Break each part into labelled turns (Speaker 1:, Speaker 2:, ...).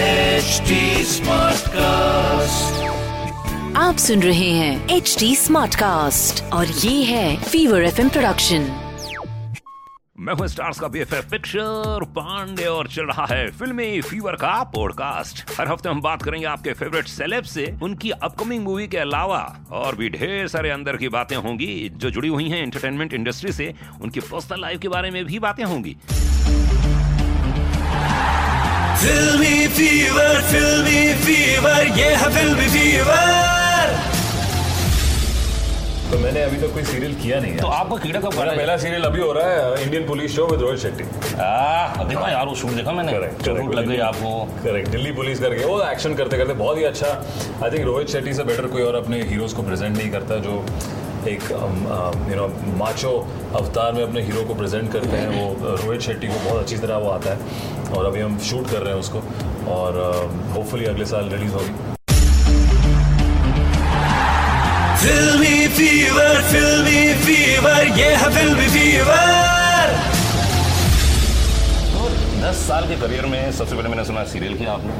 Speaker 1: HD Smartcast.
Speaker 2: आप सुन रहे हैं एच डी स्मार्ट कास्ट और ये है फीवर एफ प्रोडक्शन
Speaker 3: मैं हूं स्टार्स का बीएफएफ पिक्चर पांडे और चल रहा है फिल्मी फीवर का पॉडकास्ट हर हफ्ते हम बात करेंगे आपके फेवरेट सेलेब से उनकी अपकमिंग मूवी के अलावा और भी ढेर सारे अंदर की बातें होंगी जो जुड़ी हुई हैं एंटरटेनमेंट इंडस्ट्री से उनकी पर्सनल लाइफ के बारे में भी बातें होंगी
Speaker 1: फिल्मी फीवर फिल्मी फीवर ये है फिल्मी फीवर
Speaker 4: तो मैंने अभी तक कोई सीरियल किया नहीं है
Speaker 5: तो आपका कीड़ा कब
Speaker 4: मेरा
Speaker 5: भरा
Speaker 4: पहला सीरियल अभी हो रहा है Indian police show with Rohit Shetty
Speaker 3: हाँ,
Speaker 5: आ, देखा यार वो शूट देखा मैंने
Speaker 4: Correct,
Speaker 5: जो
Speaker 4: correct,
Speaker 5: रूट लग गई आपको
Speaker 4: करेक्ट दिल्ली पुलिस करके वो एक्शन करते करते बहुत ही अच्छा आई थिंक रोहित शेट्टी से बेटर कोई और अपने हीरोज को प्रेजेंट नहीं करता जो एक um, यू नो माचो अवतार में अपने हीरो को प्रेजेंट करते हैं वो अ, रोहित शेट्टी को बहुत अच्छी तरह वो आता है और अभी हम शूट कर रहे हैं उसको और होपफुली अगले साल रिलीज होगी
Speaker 1: फिल्मी फीवर फिल्मी फीवर ये है फिल्मी फीवर
Speaker 5: तो दस साल के करियर में सबसे पहले मैंने सुना सीरियल किया आपने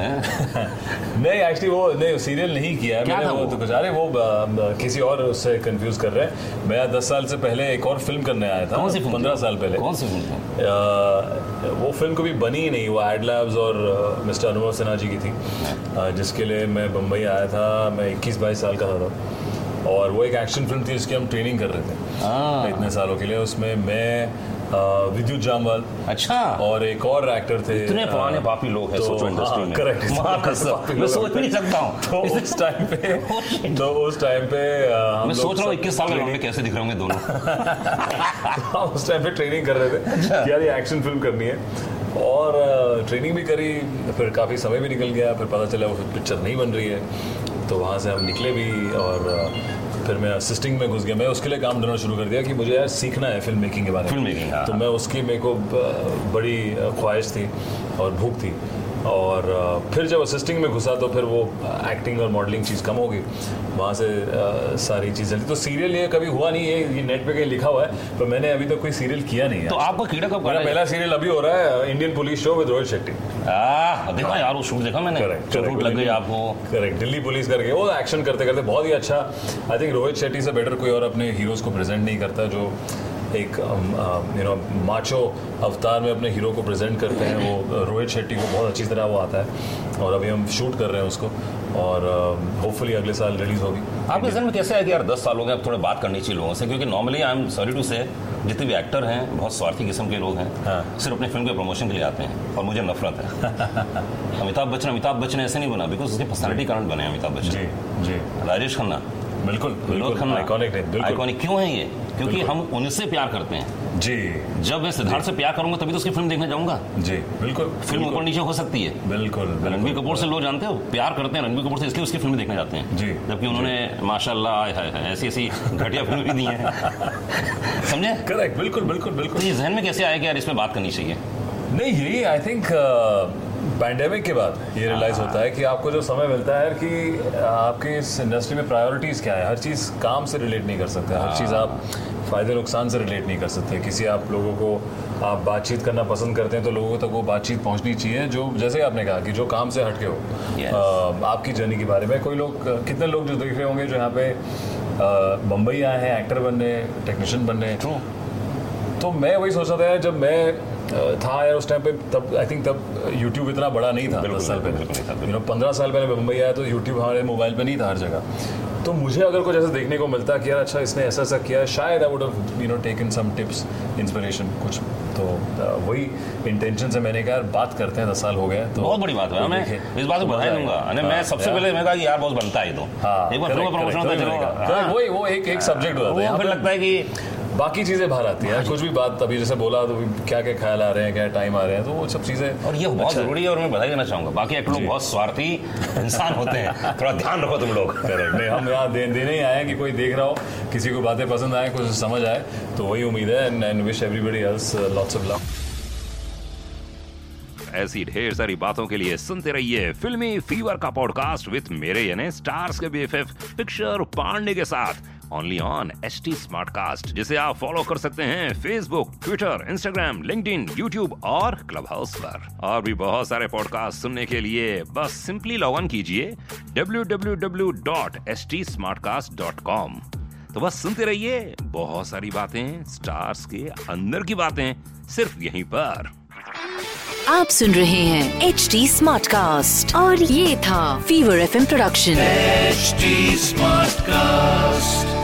Speaker 5: हैं?
Speaker 4: नहीं एक्चुअली वो नहीं सीरियल नहीं किया है
Speaker 5: क्या
Speaker 4: मैंने
Speaker 5: था
Speaker 4: वो
Speaker 5: वो?
Speaker 4: तो कुछ अरे वो अ, अ, किसी और उससे कंफ्यूज कर रहे हैं मैं दस साल से पहले एक और फिल्म करने आया था
Speaker 5: कौन सी फिल्म
Speaker 4: पंद्रह
Speaker 5: थी?
Speaker 4: साल पहले
Speaker 5: कौन सी फिल्म थी?
Speaker 4: अ, वो फिल्म कभी बनी ही नहीं वो एड लैब्स और मिस्टर अनुभव सिन्हा जी की थी अ, जिसके लिए मैं बम्बई आया था मैं इक्कीस बाईस साल का था तब। और वो एक एक्शन फिल्म थी जिसकी हम ट्रेनिंग कर रहे थे
Speaker 5: हाँ।
Speaker 4: इतने सालों के लिए उसमें मैं अ, विद्युत जामवाल
Speaker 5: अच्छा
Speaker 4: और एक और एक्टर थे हाँ। तो
Speaker 5: इतने पुराने पापी लोग हैं सोचो इंडस्ट्री में
Speaker 4: करेक्ट
Speaker 5: महाकसर मैं सोच भी नहीं सकता हूँ
Speaker 4: तो उस टाइम पे तो उस टाइम पे अ, हम
Speaker 5: मैं
Speaker 4: लोग
Speaker 5: सोच रहा हूँ
Speaker 4: सब
Speaker 5: इक्कीस साल के लड़के
Speaker 4: training-
Speaker 5: कैसे दिख रहे होंगे दोनों
Speaker 4: हाँ, उस टाइम पे ट्रेनिंग कर रहे थे
Speaker 5: अच्छा।
Speaker 4: कि यार ये एक्शन फिल्म करनी है और अ, ट्रेनिंग भी करी फिर काफ़ी समय भी निकल गया फिर पता चला वो पिक्चर नहीं बन रही है तो वहाँ से हम निकले भी और अ, फिर मैं असिस्टिंग में घुस गया मैं उसके लिए काम करना शुरू कर दिया कि मुझे यार सीखना है फिल्म मेकिंग के बारे में
Speaker 5: Film making, हाँ।
Speaker 4: तो मैं उसकी मेरे को ब- बड़ी ख्वाहिश थी और भूख थी और अ, फिर जब असिस्टिंग में घुसा तो फिर वो एक्टिंग और मॉडलिंग चीज़ कम हो गई वहाँ से अ, सारी चीज़ें तो सीरियल ये कभी हुआ नहीं है ये नेट पे कहीं लिखा हुआ है पर मैंने अभी तक कोई सीरियल किया नहीं है
Speaker 5: तो आपका कीड़ा कब
Speaker 4: मेरा
Speaker 5: भरा
Speaker 4: पहला सीरियल अभी हो रहा है Indian police show with Rohit Shetty
Speaker 5: आ, देखा यार वो शूट देखा मैंने
Speaker 4: Correct,
Speaker 5: जो
Speaker 4: correct,
Speaker 5: रूट लग गई
Speaker 4: correct.
Speaker 5: आपको
Speaker 4: करेक्ट दिल्ली पुलिस करके वो एक्शन करते करते बहुत ही अच्छा आई थिंक रोहित शेट्टी से बेटर कोई और अपने हीरोज को प्रेजेंट नहीं करता जो एक um, uh, you know macho अवतार में अपने हीरो को प्रेजेंट करते हैं वो uh, रोहित शेट्टी को बहुत अच्छी तरह वो आता है और अभी हम शूट कर रहे हैं उसको और होपफुली अगले साल रिलीज होगी
Speaker 5: आपके जहन में कैसे आया कि यार दस साल हो गए अब थोड़े बात करनी चाहिए लोगों से क्योंकि normally I am sorry to say जितने भी एक्टर हैं बहुत स्वार्थी किस्म के लोग हैं
Speaker 4: हाँ।
Speaker 5: सिर्फ अपनी फिल्म के प्रमोशन के लिए आते हैं और मुझे नफरत है अमिताभ बच्चन अमिताभ बच्चन ऐसे नहीं बना बिकॉज उसके पर्सनैलिटी कारण बने हैं अमिताभ बच्चन
Speaker 4: जी
Speaker 5: राजेश खन्ना
Speaker 4: बिल्कुल
Speaker 5: विनोद
Speaker 4: बिल्कुल
Speaker 5: खन्ना
Speaker 4: आइकॉनिक है बिल्कुल
Speaker 5: आइकॉनिक क्यों है ये क्योंकि
Speaker 4: बिल्कुल।
Speaker 5: हम उनसे प्यार करते हैं
Speaker 4: जी
Speaker 5: जब मैं सिद्धार्थ से प्यार करूंगा तभी तो उसकी फिल्म देखने जाऊंगा
Speaker 4: जी बिल्कुल
Speaker 5: फिल्म ऊपर
Speaker 4: बिल्कुल
Speaker 5: नीचे हो सकती है
Speaker 4: बिल्कुल
Speaker 5: रणबीर
Speaker 4: बिल्कुल।
Speaker 5: कपूर से लोग जानते हो प्यार करते हैं रणबीर कपूर से इसलिए उसकी फिल्म देखने जाते हैं
Speaker 4: जी।
Speaker 5: जबकि उन्होंने माशाल्लाह आय हाय हाय ऐसी ऐसी घटिया फिल्म भी दी है समझे
Speaker 4: करेक्ट बिल्कुल बिल्कुल बिल्कुल
Speaker 5: तो ये जहन में कैसे आया कि यार इसमें बात करनी चाहिए
Speaker 4: नहीं यही आई थिंक पैंडेमिक के बाद ये रियलाइज
Speaker 5: हाँ।
Speaker 4: होता है कि आपको जो समय मिलता है कि uh, आपके इस इंडस्ट्री में प्रायोरिटीज क्या है हर चीज काम से रिलेट नहीं कर सकते हर चीज
Speaker 5: हाँ।
Speaker 4: आप फायदे नुकसान से रिलेट नहीं कर सकते किसी आप लोगों को आप बातचीत करना पसंद करते हैं तो लोगों तक वो बातचीत पहुंचनी चाहिए जो जैसे आपने कहा कि जो काम से हटके हो
Speaker 5: Yes.
Speaker 4: अ, अ, आपकी जर्नी के बारे में कोई लोग कितने लोग जो देख रहे होंगे जो यहाँ पे अ, बम्बई आए हैं एक्टर बनने टेक्नीशियन बनने
Speaker 5: True.
Speaker 4: तो मैं वही सोच रहा था यार, जब मैं अ, था यार उस टाइम पे तब आई थिंक तब यूट्यूब इतना बड़ा नहीं था
Speaker 5: बिल्कुल,
Speaker 4: दस साल
Speaker 5: बिल्कुल नहीं था,
Speaker 4: पहले
Speaker 5: बिल्कुल।
Speaker 4: यू नो पंद्रह साल पहले मैं बम्बई आया तो यूट्यूब हमारे मोबाइल पे नहीं था हर जगह तो मुझे अगर कुछ ऐसा देखने को मिलता कि यार अच्छा इसने ऐसा ऐसा किया शायद I would have you know taken some tips inspiration कुछ तो अ, वही इंटेंशन से मैंने कहा यार बात करते हैं दस साल हो गए हैं, तो
Speaker 5: बहुत बड़ी बात है
Speaker 4: तो
Speaker 5: मैं
Speaker 4: देखें।
Speaker 5: इस बात को
Speaker 4: तो
Speaker 5: बधाई
Speaker 4: मजा
Speaker 5: दूंगा
Speaker 4: आएगा।
Speaker 5: अरे मैं
Speaker 4: हाँ,
Speaker 5: सबसे
Speaker 4: यार।
Speaker 5: पहले मैं कहा कि यार बहुत बनता है ये तो
Speaker 4: हाँ,
Speaker 5: एक बार फिल्म
Speaker 4: correct,
Speaker 5: प्रमोशन
Speaker 4: correct,
Speaker 5: होता है चलो
Speaker 4: वही मैंने कहा।
Speaker 5: हाँ।
Speaker 4: correct, तो वही वो एक एक सब्जेक्ट
Speaker 5: वो
Speaker 4: होता है तो यहाँ
Speaker 5: फिर
Speaker 4: पे
Speaker 5: लगता है कि
Speaker 4: बाकी चीजें बाहर आती है कुछ भी बात अभी जैसे बोला तो क्या क्या ख्याल आ रहे हैं क्या टाइम आ रहे हैं तो वो सब चीजें
Speaker 5: और ये बहुत
Speaker 4: अच्छा है।
Speaker 5: जरूरी है और मैं बधाई देना चाहूंगा बाकी एक्टर लोग बहुत स्वार्थी इंसान होते हैं थोड़ा ध्यान रखो तुम लोग
Speaker 4: Correct. नहीं हम यहाँ दे, देने ही आए हैं कि कोई देख रहा हो किसी को बातें पसंद आए कुछ समझ आए तो वही उम्मीद है and and wish everybody else lots of love
Speaker 3: ऐसी ढेर सारी बातों के लिए सुनते रहिए फिल्मी फीवर का पॉडकास्ट विथ मेरे यानी स्टार्स के बीएफएफ पिक्चर पांडे के साथ
Speaker 5: ओनली ऑन एच टी जिसे आप फॉलो कर सकते हैं Facebook Twitter Instagram LinkedIn YouTube और क्लब हाउस पर और भी बहुत सारे पॉडकास्ट सुनने के लिए बस सिंपली लॉग ऑन कीजिए www.stsmartcast.com तो बस सुनते रहिए बहुत सारी बातें स्टार्स के अंदर की बातें सिर्फ यहीं पर
Speaker 2: आप सुन रहे हैं एच डी स्मार्ट कास्ट और ये था fever F production
Speaker 1: HD Smartcast.